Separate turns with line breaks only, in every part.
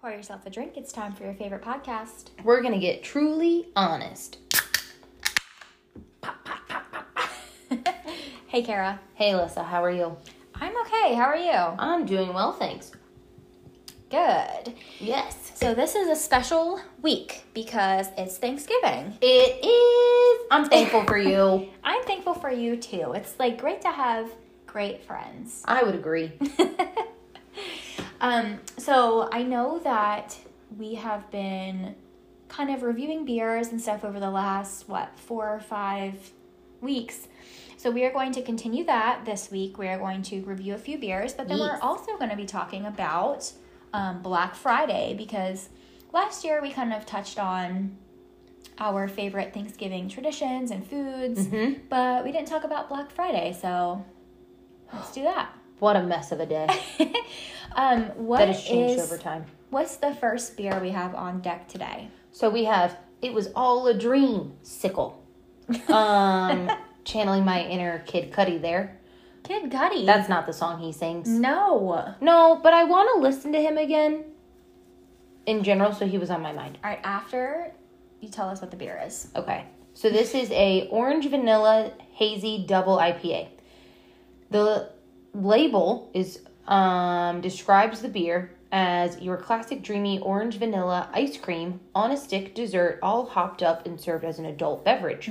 Pour yourself a drink. It's time for your favorite podcast.
We're gonna get truly honest.
hey, Kara.
Hey, Alyssa, how are you?
I'm okay. How are you?
I'm doing well, thanks.
Good.
Yes,
So, this is a special week because it's Thanksgiving.
it is. I'm thankful for you.
I'm thankful for you too. It's like great to have great friends.
I would agree.
Um, so, I know that we have been kind of reviewing beers and stuff over the last, what, four or five weeks. So, we are going to continue that this week. We are going to review a few beers, but then we're
Yes.
also going to be talking about um, Black Friday because last year we kind of touched on our favorite Thanksgiving traditions and foods,
Mm-hmm.
but we didn't talk about Black Friday. So, let's do that.
What a mess of a day.
Um, what
That has changed
is-
over time.
What's the first beer we have on deck today?
So we have It Was All a Dream, Sickle. Um, channeling my inner Kid Cudi there.
Kid Cudi.
That's not the song he sings.
no. All
No, but I want to listen to him again in general, so he was on my mind.
right, after you tell us what the beer is.
Okay. So this is a orange vanilla hazy double IPA. The label is um, describes the beer as your classic dreamy orange vanilla ice cream on a stick dessert, all hopped up and served as an adult beverage.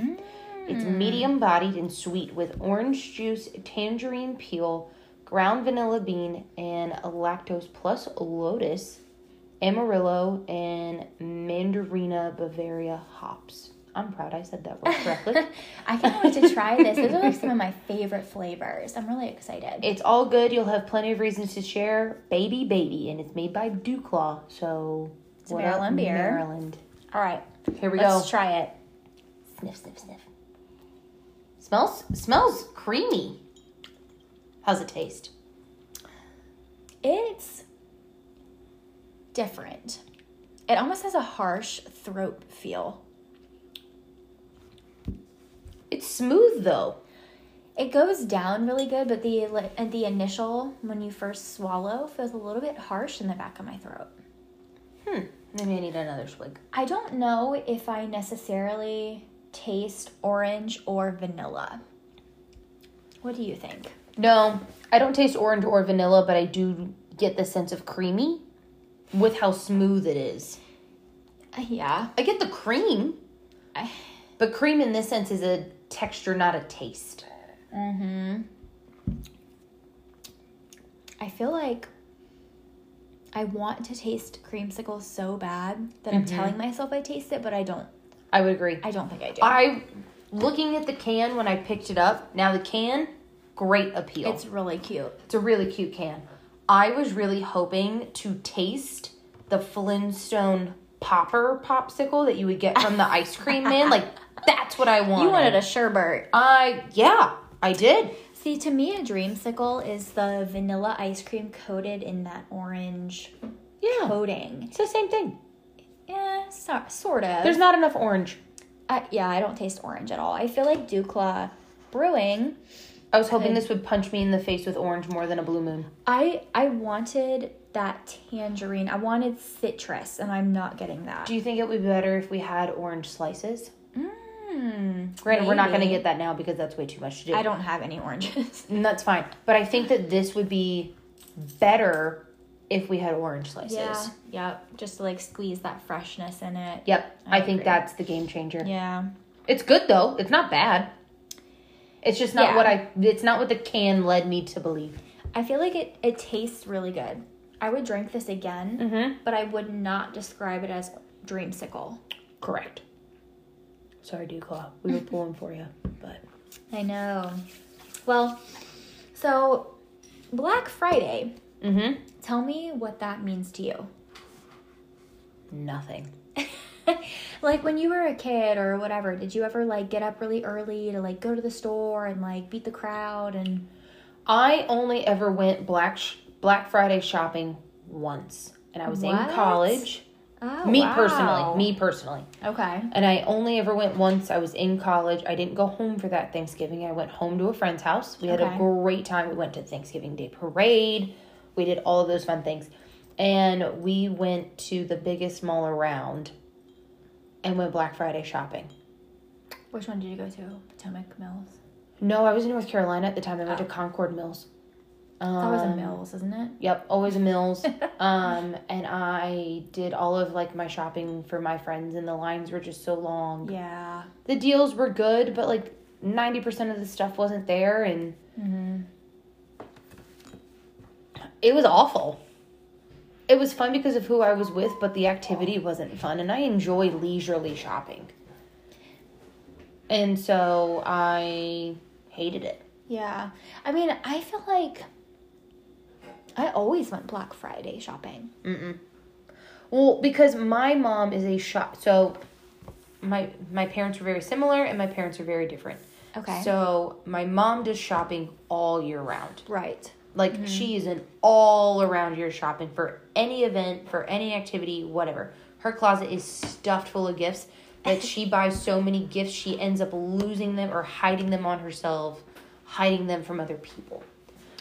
It's medium bodied and sweet with orange juice, tangerine peel, ground vanilla bean, and lactose plus lotus, amarillo, and mandarina Bavaria hops. I'm proud I said that word correctly.
I can't wait to try this. Those are like some of my favorite flavors. I'm really excited.
It's all good. You'll have plenty of reasons to share. Baby, baby, and it's made by Duclaw. So
It's a Maryland beer.
Maryland.
All right,
Here we
let's
go.
try it.
sniff, sniff, sniff. Smells smells creamy. How's it taste?
It's different. It almost has a harsh throat feel.
It's smooth though.
It goes down really good, but the like, and the initial when you first swallow feels a little bit harsh in the back of my throat.
Maybe I need another swig.
I don't know if I necessarily taste orange or vanilla. What do you think?
No, I don't taste orange or vanilla, but I do get the sense of creamy with how smooth it is.
Uh, yeah.
I get the cream,
I-
but cream in this sense is a texture, not a taste.
Mm-hmm. I feel like I want to taste creamsicle so bad that I'm telling myself I taste it, but I don't.
I would agree.
I don't think I do.
I looking at the can when I picked it up. Now the can, great appeal.
it's really cute.
It's a really cute can. I was really hoping to taste the Flintstone popper popsicle that you would get from the ice cream man. Like that's what I wanted.
You wanted a sherbet.
I yeah, I did.
See, to me, a dreamsicle is the vanilla ice cream coated in that orange Oh.
Yeah.
coating.
It's the same thing.
Yeah, Eh, so, sort of.
There's not enough orange.
I, yeah, I don't taste orange at all. I feel like Ducla Brewing.
I was hoping this would punch me in the face with orange more than a blue moon.
I I wanted that tangerine. I wanted citrus, and I'm not getting that.
Do you think it would be better if we had orange slices?
Mm,
Granted, we're not going to
maybe.
get that now because that's way too much to do.
I don't have any oranges.
And that's fine. But I think that this would be better if we had orange slices.
Yep. Just to like squeeze that freshness in it.
Yep.
I
I, think
agree.
that's the game changer.
Yeah.
It's good though. It's not bad. It's just not
Yeah.
what I it's not what the can led me to believe.
I feel like it it tastes really good. I would drink this again,
Mhm.
but I would not describe it as dreamsicle.
Correct. Sorry, Duclaw. We were pulling for you, but
I know. Well, so Black Friday.
mhm.
Tell me what that means to you.
Nothing.
like when you were a kid or whatever, did you ever like get up really early to like go to the store and like beat the crowd and
I only ever went Black sh- Black Friday shopping once, and I was
What?
in college.
oh,
me
wow.
personally, me personally.
Okay.
And I only ever went once. I was in college. I didn't go home for that Thanksgiving. I went home to a friend's house. We had
Okay.
a great time. We went to Thanksgiving Day parade. We did all of those fun things. and we went to the biggest mall around and went Black Friday shopping.
Which one did you go to? Potomac Mills.
No, I was in North Carolina at the time. I went to Concord Mills. Um,
Oh. That was a Mills, isn't it?
Yep, always a Mills. um, and I did all of like my shopping for my friends, and the lines were just so long.
Yeah.
The deals were good, but like ninety percent of the stuff wasn't there, and
Mm-hmm.
it was awful. It was fun because of who I was with, but the activity wasn't fun, and I enjoy leisurely shopping. And so I hated it.
Yeah. I mean, I feel like I always went Black Friday shopping.
Well, because my mom is a shop, so my my parents were very similar, and my parents are very different.
Okay.
So my mom does shopping all year round.
Right.
Like she is an all around year shopping for any event, for any activity, whatever. Her closet is stuffed full of gifts. That she buys so many gifts, she ends up losing them or hiding them on herself, hiding them from other people.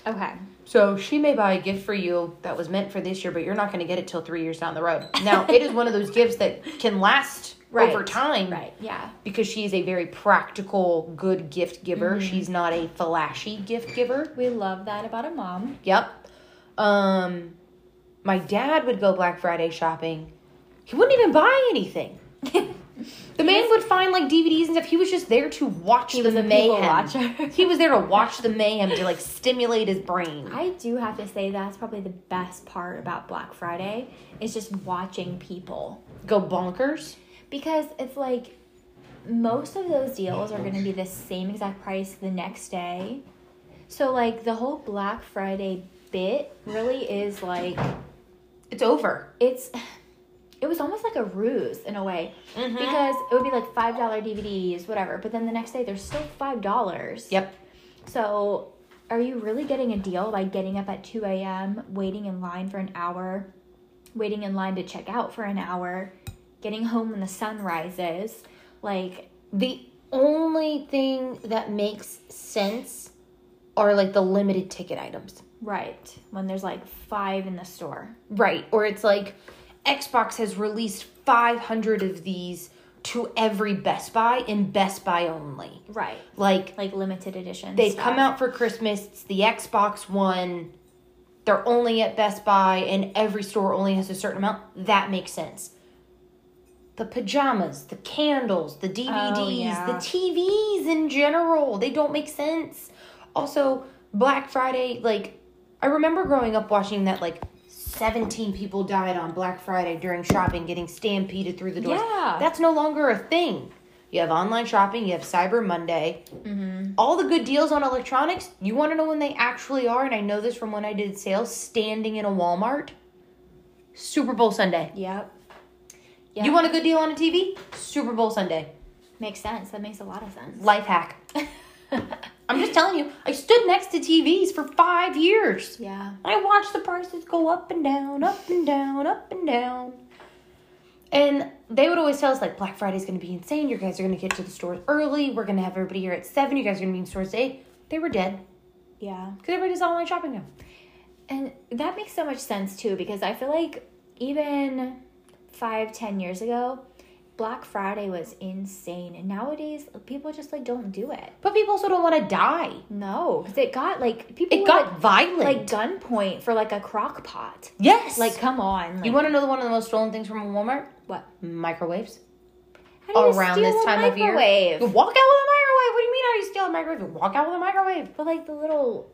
Okay.
So she may buy a gift for you that was meant for this year, but you're not going to get it till three years down the road. Now, it is one of those gifts that can last
Right.
over time
Right. Yeah.
because she is a very practical, good gift giver.
Mm-hmm.
She's not a flashy gift giver.
We love that about a mom.
Yep. Um, my dad would go Black Friday shopping. He wouldn't even buy anything. The man would find like DVDs and stuff. He was just there to watch the
was a people
mayhem.
watcher.
he was there to watch the mayhem to like stimulate his brain.
I do have to say that's probably the best part about Black Friday is just watching people
Go bonkers.
because it's like most of those deals are going to be the same exact price the next day. So like the whole Black Friday bit really is like
It's over.
it's it was almost like a ruse in a way because it would be like five dollar DVDs, whatever. But then the next day they're still five dollars.
Yep.
So, are you really getting a deal by getting up at two a.m., waiting in line for an hour, waiting in line to check out for an hour, getting home when the sun rises? Like,
The only thing that makes sense are like the limited ticket items.
right when there's like five in the store.
Right. Or it's like Xbox has released 500 of these to every Best Buy in Best Buy only.
Right.
Like
Like limited edition.
they've
stuff.
come out for Christmas, it's the Xbox one. They're only at Best Buy and every store only has a certain amount. That makes sense. The pajamas, the candles, the DVDs, the
yeah.
TVs in general, they don't make sense. Also, Black Friday, like I remember growing up watching that like 17 people died on Black Friday during shopping, getting stampeded through the doors.
Yeah.
That's no longer a thing. You have online shopping, you have Cyber Monday. All the good deals on electronics, you want to know when they actually are, and I know this from when I did sales standing in a Walmart. Super Bowl Sunday.
Yep.
You want a good deal on a TV? Super Bowl Sunday.
Makes sense. That makes a lot of sense.
Life hack. I'm just telling you, I stood next to TVs for five years.
yeah.
I watched the prices go up and down, up and down, up and down. And they would always tell us, like, Black Friday's gonna be insane. You guys are gonna get to the stores early. We're gonna have everybody here at 7. You guys are gonna be in stores at 8. They were dead
Yeah.
because everybody does online shopping now.
And that makes so much sense too, because I feel like even five, ten years ago, Black Friday was insane. And nowadays, people just like don't do it.
But people also don't wanna die.
No, because it got like people
It
were,
got violent.
like, like gunpoint for like a crock pot.
yes.
Like, come on. Like,
you wanna know the one of the most stolen things from Walmart?
what?
Microwaves.
How do you
Around
steal
this
a
time of year.
microwave?
You walk out with a microwave. What do you mean? How do you steal a microwave? You walk out with a microwave.
But like the little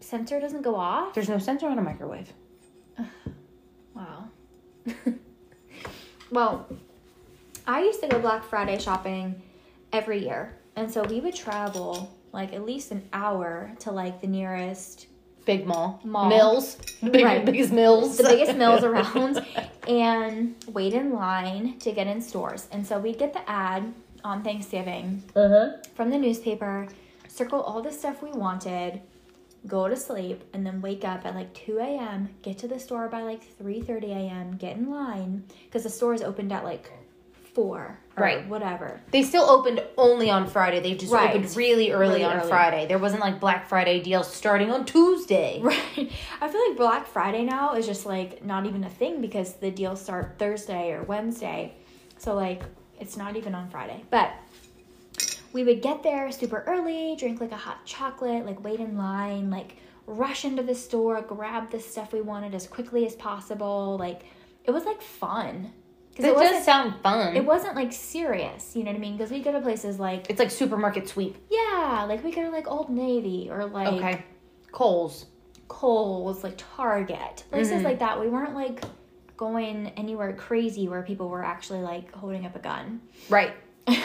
sensor doesn't go off.
There's no sensor on a microwave.
Wow. well, I used to go Black Friday shopping every year. And so we would travel like at least an hour to like the nearest,
Big mall.
Mall.
Mills. The big,
Right.
biggest mills.
the biggest mills around and wait in line to get in stores. And so we'd get the ad on Thanksgiving
Uh-huh.
from the newspaper, circle all the stuff we wanted, go to sleep, and then wake up at like 2 a.m., get to the store by like 3.30 a.m., get in line, because the stores opened at like four or
Right.
whatever.
They still opened only on Friday. They just
Right.
opened really early
Really
on
early.
Friday. There wasn't like Black Friday deals starting on Tuesday.
Right. I feel like Black Friday now is just like not even a thing because the deals start Thursday or Wednesday. So like it's not even on Friday. But we would get there super early, drink like a hot chocolate, like wait in line, like rush into the store, grab the stuff we wanted as quickly as possible. Like it was like fun. Cuz
That
it
does
wasn't
sound fun.
it wasn't like serious, you know what I mean? Cuz we go to places like
it's like supermarket sweep.
yeah, like we go to like Old Navy or like
Okay. Coles.
Kohl's, like Target, places like that. We weren't like going anywhere crazy where people were actually like holding up a gun.
Right.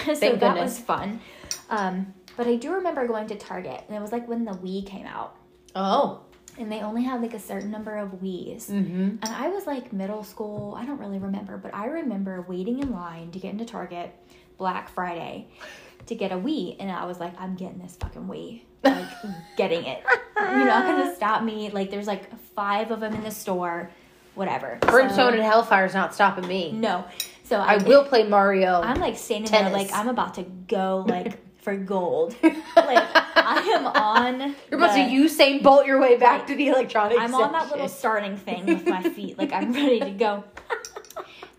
so that
goodness.
was fun. Um, but I do remember going to Target, and it was like when the Wii came out,
Oh.
and they only had like a certain number of Wii's.
Mm-hmm.
And I was like middle school, I don't really remember, but I remember waiting in line to get into Target Black Friday to get a Wii. And I was like, I'm getting this fucking Wii. Like, getting it. You're not gonna stop me. Like, there's like five of them in the store, whatever.
Brimstone
So-
and Hellfire's not stopping me.
no. So I,
I will play Mario.
I'm like standing there,
Tennis.
like, I'm about to go, like, for gold. like, I am on.
You're about
the-
to Usain Bolt your way back
Right.
to the electronics.
I'm on that little starting thing with my feet. Like I'm ready to go.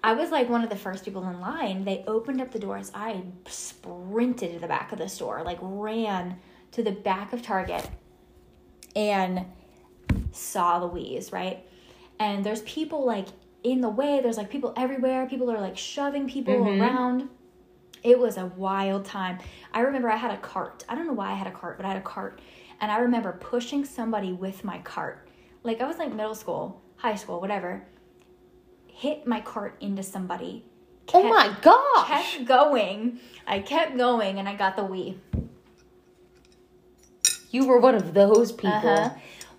I was like one of the first people in line. They opened up the doors. I sprinted to the back of the store, like ran to the back of Target and saw Louise, right? And there's people like in the way, there's like people everywhere. People are like shoving people
Mm-hmm.
around. It was a wild time. I remember I had a cart. I don't know why I had a cart, but I had a cart. And I remember pushing somebody with my cart. Like I was like middle school, high school, whatever. Hit my cart into somebody.
Oh my gosh.
Kept going. I kept going and I got the Wii.
You were one of those people.
Uh-huh.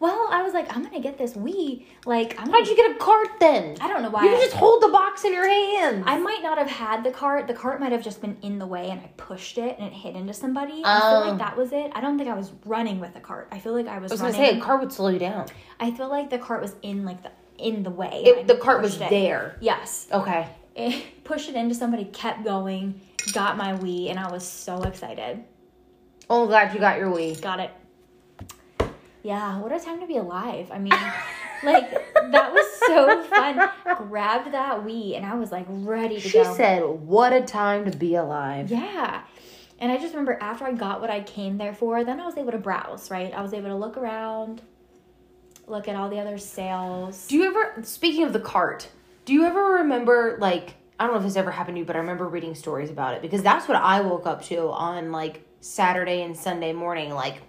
Well, I was like, I'm gonna get this Wii. Like, I'm gonna,
How'd you get a cart then?
I don't know
You could
why.
just hold the box in your hand.
I might not have had the cart. The cart might have just been in the way, and I pushed it, and it hit into somebody. I feel
Oh.
like that was it. I don't think I was running with the cart. I feel like I was,
I was gonna
running.
say a cart would slow you down.
I feel like the cart was in like the in the way. and I
It, the cart was
pushed it.
there.
Yes,
Okay.
it, pushed it into somebody. Kept going. Got my Wii, and I was so excited.
Oh, glad you got your Wii.
Got it. Yeah, what a time to be alive. I mean, like that was so fun. Grabbed that Wii and I was like ready to
She
go.
said, "What a time to be alive."
yeah. And I just remember after I got what I came there for, then I was able to browse, right? I was able to look around, look at all the other sales.
Do you ever, speaking of the cart, do you ever remember, like, I don't know if this ever happened to you, but I remember reading stories about it because that's what I woke up to on, like, Saturday and Sunday morning. Like,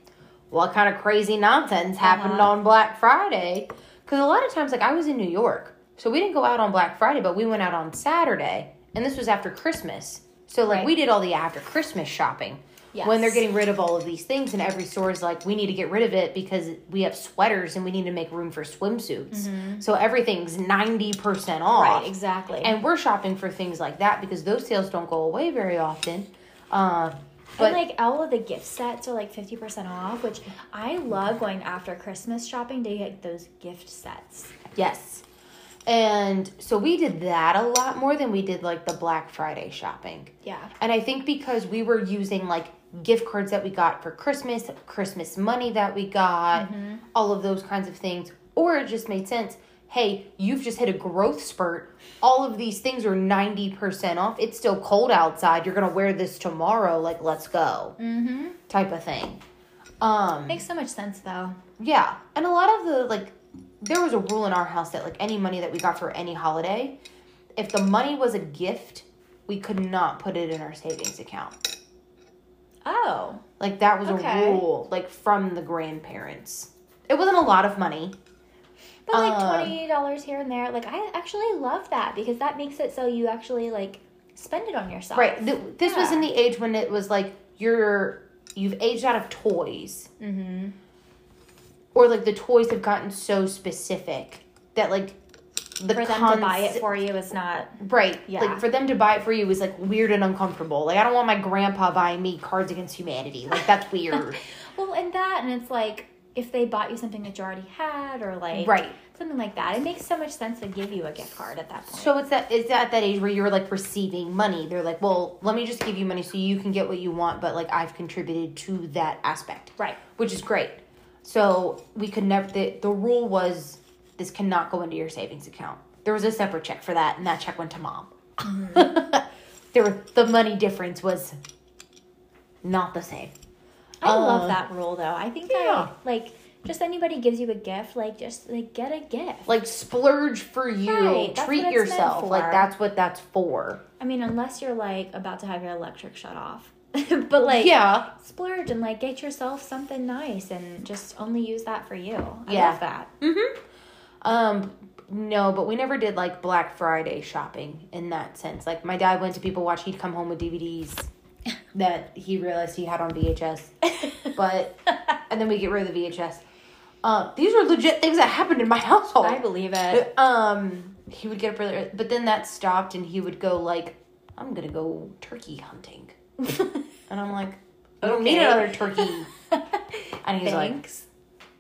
what kind of crazy nonsense happened
Uh-huh.
on Black Friday? Because a lot of times, like, I was in New York, so we didn't go out on Black Friday, but we went out on Saturday, and this was after Christmas. So, like,
Right.
we did all the after Christmas shopping.
Yes.
When they're getting rid of all of these things, and every store is like, we need to get rid of it because we have sweaters and we need to make room for swimsuits. So everything's 90% off.
Mm-hmm. Right, exactly.
And we're shopping for things like that because those sales don't go away very often. Uh, but
and like all of the gift sets are like 50% off, which I love going after Christmas shopping to get those gift sets.
yes. And so we did that a lot more than we did like the Black Friday shopping.
Yeah.
And I think because we were using like gift cards that we got for Christmas, Christmas money that we got, all of those kinds of things, or it just made sense. Hey, you've just hit a growth spurt. All of these things are 90% off. It's still cold outside. You're going to wear this tomorrow. Like, let's go. Mm-hmm. Type of thing. Um,
Makes so much sense though.
yeah. And a lot of the, like, there was a rule in our house that, like, any money that we got for any holiday, if the money was a gift, we could not put it in our savings account.
Oh.
Like that was
Okay.
a rule, like from the grandparents. It wasn't a lot of money.
But like
Um,
twenty dollars here and there, like I actually love that because that makes it so you actually like spend it on yourself.
Right. Th- this was
Yeah.
in the age when it was like you're you've aged out of toys. Mm-hmm. Or like the toys have gotten so specific that like the
For them to buy it
conce-
for you is not
right.
Yeah.
Like for them to buy it for you is like weird and uncomfortable. Like I don't want my grandpa buying me Cards Against Humanity. Like that's weird.
well, and that, and it's like if they bought you something that you already had or like
Right.
something like that. It makes so much sense to give you a gift card at that point.
So it's that it's at that age where you're like receiving money. They're like, well, let me just give you money so you can get what you want, but like I've contributed to that aspect,
Right.
Which is great. So we could never. The, the rule was this cannot go into your savings account. There was a separate check for that, and that check went to mom. there were the money difference was not the same.
I
Uh,
love that rule though. I think I
yeah.
like just anybody gives you a gift, like just like get a gift.
Like splurge for you,
Right, that's
treat
what it's meant
yourself. Like
for.
that's what that's for.
I mean, unless you're like about to have your electric shut off. but like
yeah,
splurge and like get yourself something nice and just only use that for you. I
Yeah.
love that.
Um, no, but we never did like Black Friday shopping in that sense. Like my dad went to People Watch, he'd come home with DVDs that he realized he had on VHS, but and then we get rid of the VHS. Uh, these are legit things that happened in my household.
I believe it.
Um, he would get up really, but then that stopped, and he would go like, "I'm gonna go turkey hunting," and I'm like, "I don't need
Okay.
another turkey." And he's like,
Thanks.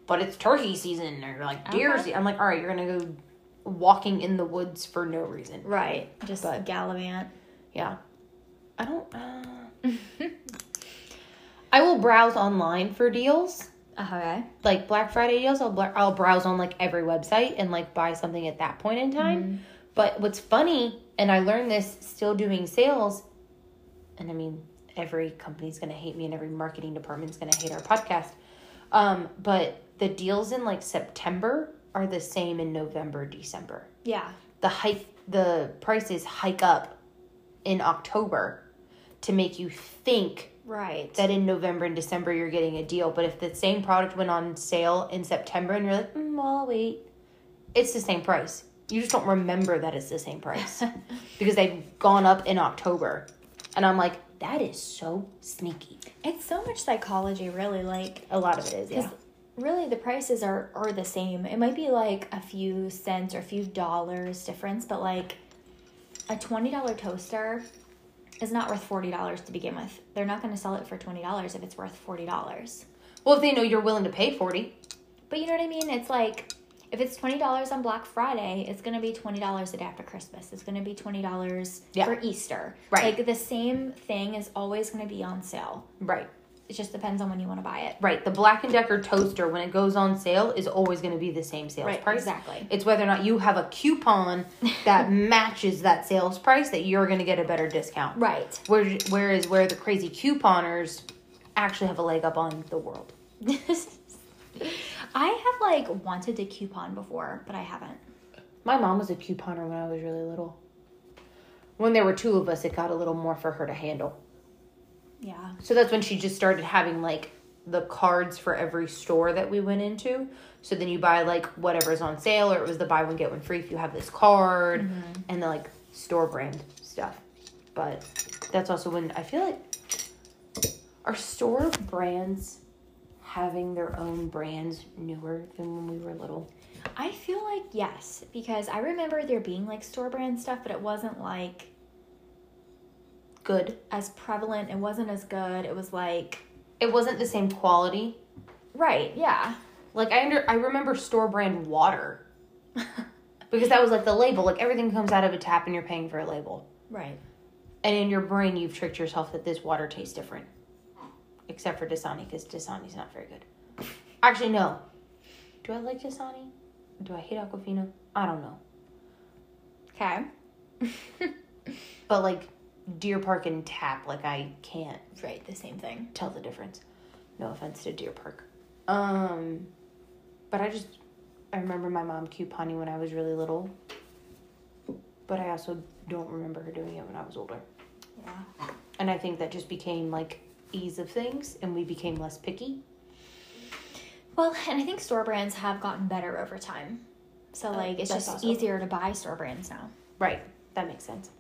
but it's turkey season or like deer
Okay.
season. I'm like, all right, you're gonna go walking in the woods for no reason.
right. Just
But-
gallivant.
Yeah, I don't. Uh... I will browse online for deals,
Okay.
like Black Friday deals. I'll bl- I'll browse on like every website and like buy something at that point in time. But what's funny, and I learned this still doing sales, and I mean every company's gonna hate me, and every marketing department's gonna hate our podcast. Um, but the deals in like September are the same in November, December.
Yeah.
The hike, the prices hike up in October to make you think
Right.
that in November and December you're getting a deal. But if the same product went on sale in September and you're like, mm, well, I'll wait, it's the same price. You just don't remember that it's the same price because they've gone up in October. And I'm like, that is so sneaky.
it's so much psychology, really. Like
A lot of it is, yeah.
Because really the prices are are the same. It might be like a few cents or a few dollars difference, but like a twenty dollar toaster is not worth forty dollars to begin with. They're not gonna sell it for twenty dollars if it's worth forty dollars.
Well, if they know you're willing to pay 40,
But you know what I mean? It's like if it's twenty dollars on Black Friday, it's gonna be twenty dollars the day after Christmas. It's gonna be twenty dollars
Yeah.
for Easter.
Right.
Like the same thing is always gonna be on sale.
right.
It just depends on when you wanna buy it.
Right, the Black and Decker toaster when it goes on sale is always going to be the same sales
Right,
price.
exactly.
It's whether or not you have a coupon that matches that sales price that you're going to get a better discount.
Right.
Where, whereas where the crazy couponers actually have a leg up on the world.
I have like wanted to coupon before, but I haven't.
My mom was a couponer when I was really little. When there were two of us, it got a little more for her to handle.
Yeah.
So that's when she just started having like the cards for every store that we went into. So then you buy like whatever's on sale, or it was the buy one get one free if you have this card, and the like store brand stuff. But that's also when I feel like are store brands having their own brands newer than when we were little.
I feel like yes, because I remember there being like store brand stuff, but it wasn't like
Good.
as prevalent, it wasn't as good. It was like
It wasn't the same quality.
Right, yeah.
Like I under I remember store brand water. because that was like the label. Like everything comes out of a tap and you're paying for a label.
Right.
And in your brain, you've tricked yourself that this water tastes different. Except for Dasani, because Dasani's not very good. Actually, no. Do I like Dasani? Do I hate Aquafina? I don't know.
Okay.
But like Deer Park and Tap, like I can't
Right, the same thing.
tell the difference. No offense to Deer Park. Um, but I just, I remember my mom couponing when I was really little. But I also don't remember her doing it when I was older.
Yeah.
And I think that just became like ease of things and we became less picky.
Well, and I think store brands have gotten better over time. So like it's
that's
just
awesome.
easier to buy store brands now.
Right. That makes sense.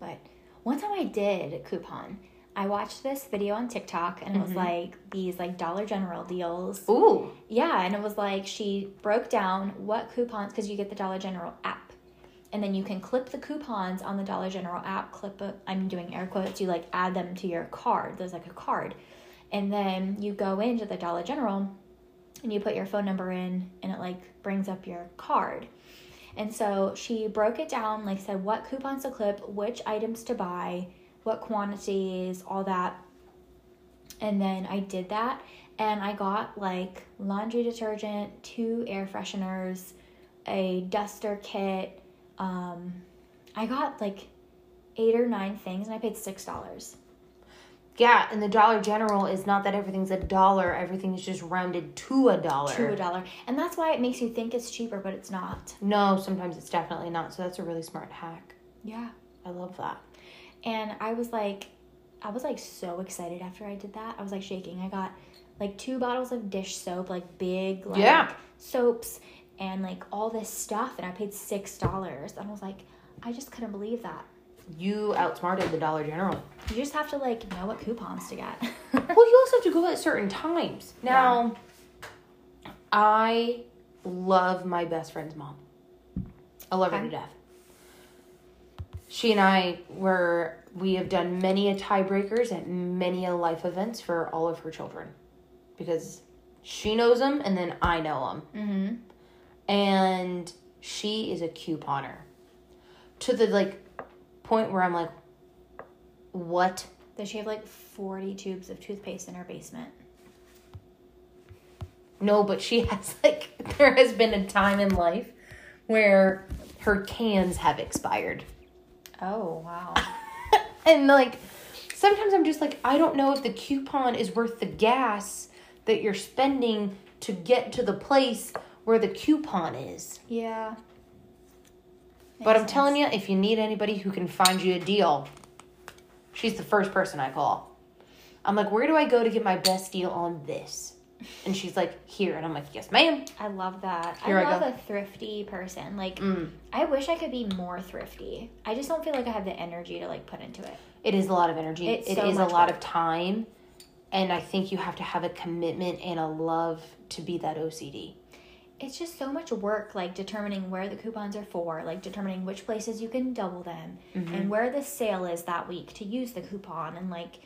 But one time I did coupon. I watched this video on TikTok and it was like these like Dollar General deals
Ooh.
Yeah, and it was like she broke down what coupons because you get the Dollar General app, and then you can clip the coupons on the Dollar General app. Clip, a, I'm doing air quotes. You like add them to your card. There's like a card, and then you go into the Dollar General, and you put your phone number in and it like brings up your card. And so she broke it down, like said what coupons to clip, which items to buy, what quantities, all that. And then I did that and I got like laundry detergent, two air fresheners, a duster kit. Um, I got like eight or nine things and I paid six dollars.
Yeah, and the Dollar General is not that everything's a dollar, everything is just rounded to a dollar.
to a dollar. And that's why it makes you think it's cheaper, but it's not.
No, sometimes it's definitely not. So that's a really smart hack.
Yeah.
I love that.
And I was like, I was like so excited after I did that. I was like shaking. I got like two bottles of dish soap, like big, like
Yeah.
soaps, and like all this stuff. And I paid $6. And I was like, I just couldn't believe that.
You outsmarted the Dollar General.
You just have to like know what coupons to get.
Well, you also have to go at certain times. Now, I love my best friend's mom. I love her
Okay.
to death. She and I were, we have done many a tiebreakers at many a life events for all of her children because she knows them and then I know them. Mm-hmm. And she is a couponer to the like point where I'm like, what?
Does she have like 40 tubes of toothpaste in her basement?
No, but she has like there has been a time in life where her cans have expired.
Oh, wow.
and like sometimes I'm just like I don't know if the coupon is worth the gas that you're spending to get to the place where the coupon is.
Yeah.
but I'm telling you if you need anybody who can find you a deal, she's the first person I call. I'm like, "Where do I go to get my best deal on this?" And she's like, "Here." And I'm like, "Yes, ma'am."
I love that.
Here I
I love
go.
a thrifty person. Like
Mm.
I wish I could be more thrifty. I just don't feel like I have the energy to like put into it.
It is a lot of energy. It's
It's so
a
much
lot
work.
of time. And I think you have to have a commitment and a love to be that OCD.
It's just so much work like determining where the coupons are for, like determining which places you can double them
Mm-hmm.
and where the sale is that week to use the coupon and like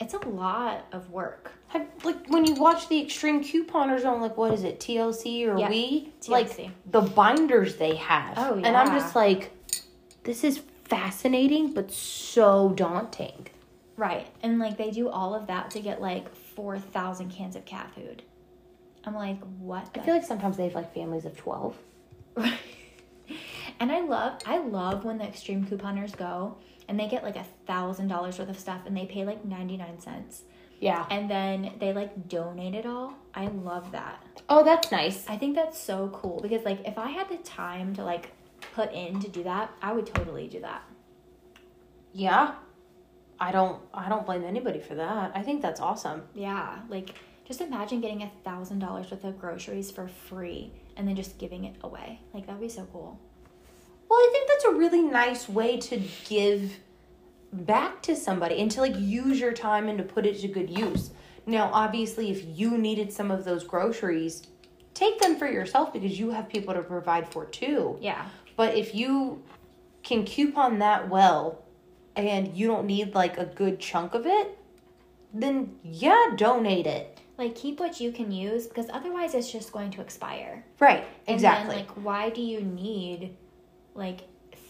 it's a lot of work.
Have, like when you watch the extreme couponers on like what is it TLC or
Yeah,
we like
TLC.
the binders they have.
Oh,
And I'm
yeah.
just like, this is fascinating but so daunting.
Right. And like they do all of that to get like 4,000 cans of cat food. I'm like, what?
I feel like sometimes they have like families of twelve.
Right. and I love I love when the extreme couponers go and they get like a thousand dollars worth of stuff and they pay like ninety nine cents
Yeah.
and then they like donate it all. I love that.
Oh, that's nice.
I think that's so cool because like if I had the time to like put in to do that, I would totally do that.
Yeah. I don't. I don't blame anybody for that. I think that's awesome.
Yeah, like just imagine getting a thousand dollars worth of groceries for free and then just giving it away. Like that'd be so cool.
Well, I think that's a really nice way to give back to somebody and to like use your time and to put it to good use. Now, obviously, if you needed some of those groceries, take them for yourself because you have people to provide for too.
Yeah.
But if you can coupon that well and you don't need like a good chunk of it, then yeah, donate it.
Like keep what you can use because otherwise it's just going to expire.
Right,
And
exactly.
Then, like, why do you need like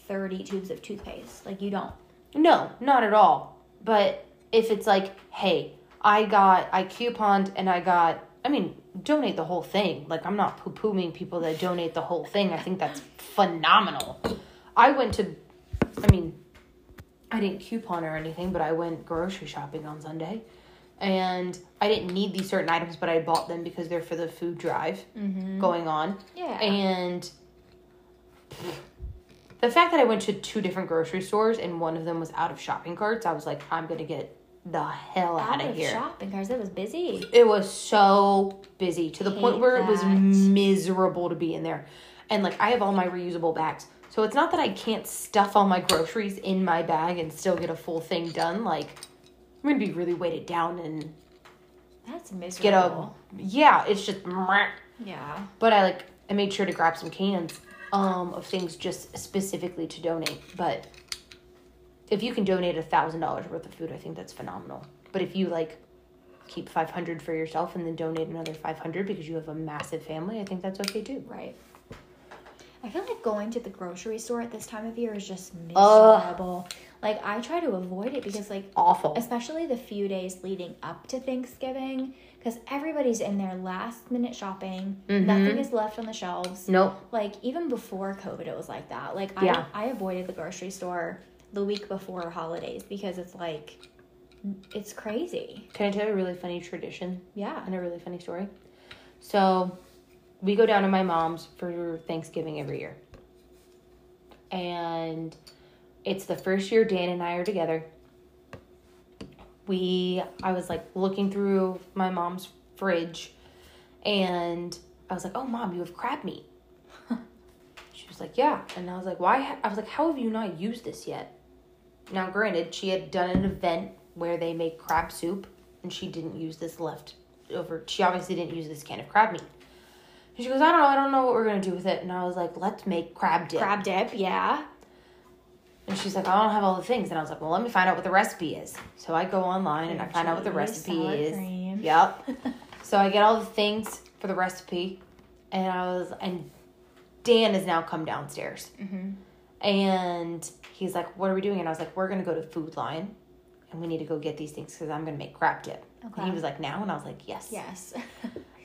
30 tubes of toothpaste? Like, you don't.
No, not at all. But if it's like, hey, I got, I couponed and I got, I mean, donate the whole thing. Like, I'm not poo pooing people that donate the whole thing. I think that's phenomenal. I went to, I mean, I didn't coupon or anything, but I went grocery shopping on Sunday. And I didn't need these certain items, but I bought them because they're for the food drive going on.
Yeah.
Mm-hmm. And the fact that I went to two different grocery stores and one of them was out of shopping carts, I was like, I'm gonna get the hell out, of here.
shopping cars. It was busy.
It was so busy to the point
Hate
where it was
that.
miserable to be in there. And like, I have all my reusable bags. So it's not that I can't stuff all my groceries in my bag and still get a full thing done. Like, I'm gonna be really weighted down and
That's
get a.
miserable.
Yeah, it's just. meh.
Yeah.
But I like I made sure to grab some cans um of things just specifically to donate. But if you can donate a thousand dollars worth of food, I think that's phenomenal. But if you like keep 500 for yourself and then donate another 500 because you have a massive family, I think that's okay too.
Right. I feel like going to the grocery store at this time of year is just
Ugh.
miserable. Like I try to avoid it because like
Awful.
especially the few days leading up to Thanksgiving because everybody's in their last minute shopping.
Mm-hmm.
Nothing is left on the shelves.
Nope.
Like even before COVID it was like that. Like
Yeah.
I I avoided the grocery store the week before holidays because it's like it's crazy.
Can I tell you a really funny tradition
Yeah.
and a really funny story? So, we go down to my mom's for Thanksgiving every year. And it's the first year Dan and I are together. We, I was like looking through my mom's fridge and I was like, oh, mom, you have crab meat. she was like, yeah. And I was like, why? ha- I was like, how have you not used this yet? Now, granted, she had done an event where they make crab soup and she didn't use this left over. She obviously didn't use this can of crab meat. And she goes, I don't know, I don't know what we're gonna do with it. And I was like, let's make crab dip.
Crab dip, yeah.
And she's like, I don't have all the things. And I was like, well, let me find out what the recipe is. So I go online and I find out what the
Chili,
recipe
sour
is.
cream.
Yep. so I get all the things for the recipe. And I was, and Dan has now come downstairs. And he's like, what are we doing? And I was like, we're going to go to Food Lion and we need to go get these things because I'm going to make crab dip. And
Okay.
he was like, now? And I was like, yes.
Yes.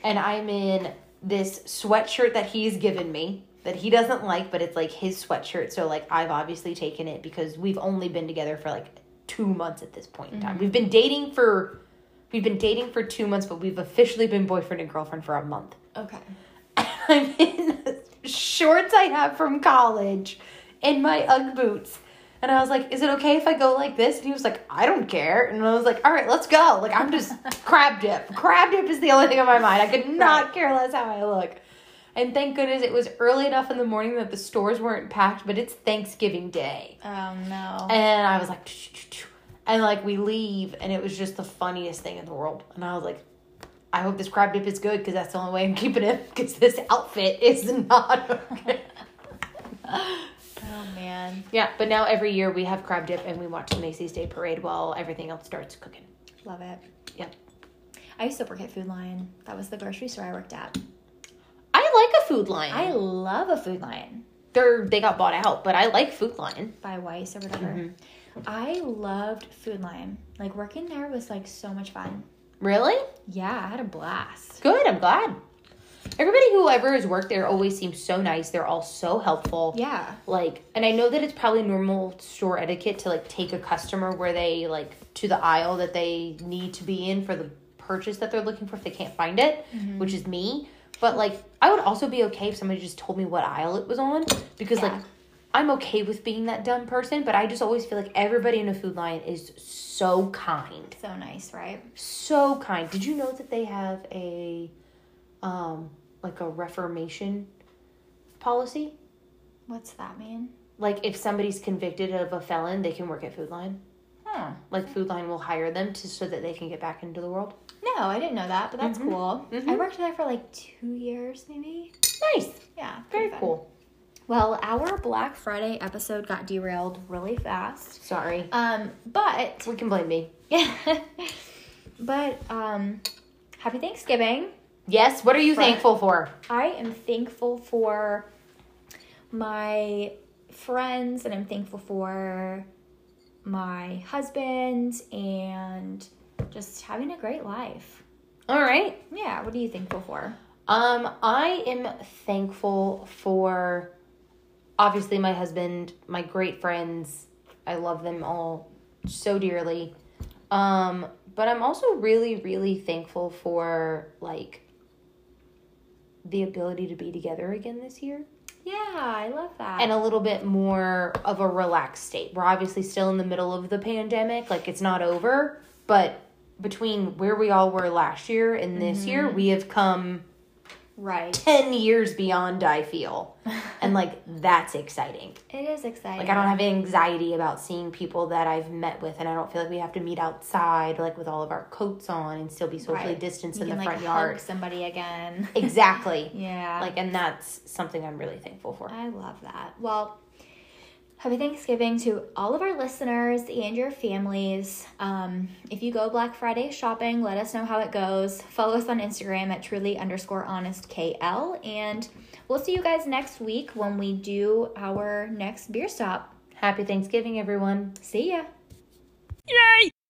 And I'm in this sweatshirt that he's given me that he doesn't like, but it's like his sweatshirt. So like I've obviously taken it because we've only been together for like two months at this point in time. We've been dating for we've been dating for two months, but we've officially been boyfriend and girlfriend for a month.
okay.
I'm in the shorts I have from college and my Ugg boots. And I was like, is it okay if I go like this? And he was like, I don't care. And I was like, all right, let's go. Like, I'm just crab dip. Crab dip is the only thing on my mind. I could not care less how I look. And thank goodness it was early enough in the morning that the stores weren't packed, but it's Thanksgiving Day.
Oh no.
And I was like, and like we leave, and it was just the funniest thing in the world. And I was like, I hope this crab dip is good because that's the only way I'm keeping it because this outfit is not okay.
oh man.
yeah, but now every year we have crab dip and we watch the Macy's Day Parade while everything else starts cooking.
Love it.
Yep.
I used to work at Food Lion. That was the grocery store I worked at.
I like a Food Lion.
I love a Food Lion
They're they got bought out, but I like Food Lion.
by Weiss or whatever.
Mm-hmm.
I loved Food Lion. Like working there was like so much fun.
Really
Yeah, I had a blast.
good. I'm glad. Everybody who ever has worked there always seems so nice. They're all so helpful.
Yeah.
like and i know that it's probably normal store etiquette to like take a customer where they like to the aisle that they need to be in for the purchase that they're looking for if they can't find it which is me but like i would also be okay if somebody just told me what aisle it was on because
Yeah.
like i'm okay with being that dumb person but i just always feel like everybody in a food line is so kind
So nice, right?
so kind did you know that they have a um like a reformation policy
What's that mean?
like if somebody's convicted of a felon, they can work at Food Lion.
Huh.
Like Food Lion will hire them to so that they can get back into the world.
No, I didn't know that, but that's cool. I
Mhm.
worked there for like two years, maybe.
Nice,
Yeah, pretty
very
fun.
cool.
Well, our Black Friday episode got derailed really fast.
Sorry,
Um, but
we can blame me.
Yeah. but um happy Thanksgiving.
Yes, what are you
Right.
thankful for?
I am thankful for my friends and I'm thankful for my husband and just having a great life.
All right.
Yeah, what are you thankful for?
Um, I am thankful for obviously my husband, my great friends. I love them all so dearly. Um, but I'm also really, really thankful for like the ability to be together again this year.
Yeah, I love that.
and a little bit more of a relaxed state. We're obviously still in the middle of the pandemic, like it's not over, but between where we all were last year and this
Mm-hmm.
year, we have come
right.
10 years beyond, I feel. and like that's exciting.
It is exciting.
Like I don't have anxiety about seeing people that I've met with and I don't feel like we have to meet outside like with all of our coats on and still be socially
Right.
distanced
you
in
can
the
like
front
hug
yard.
somebody again.
Exactly.
yeah.
Like and that's something I'm really thankful for.
I love that. Well, Happy Thanksgiving to all of our listeners and your families. Um, if you go Black Friday shopping, let us know how it goes. Follow us on Instagram at truly underscore honest KL. And we'll see you guys next week when we do our next beer stop.
Happy Thanksgiving, everyone.
See ya.
Yay!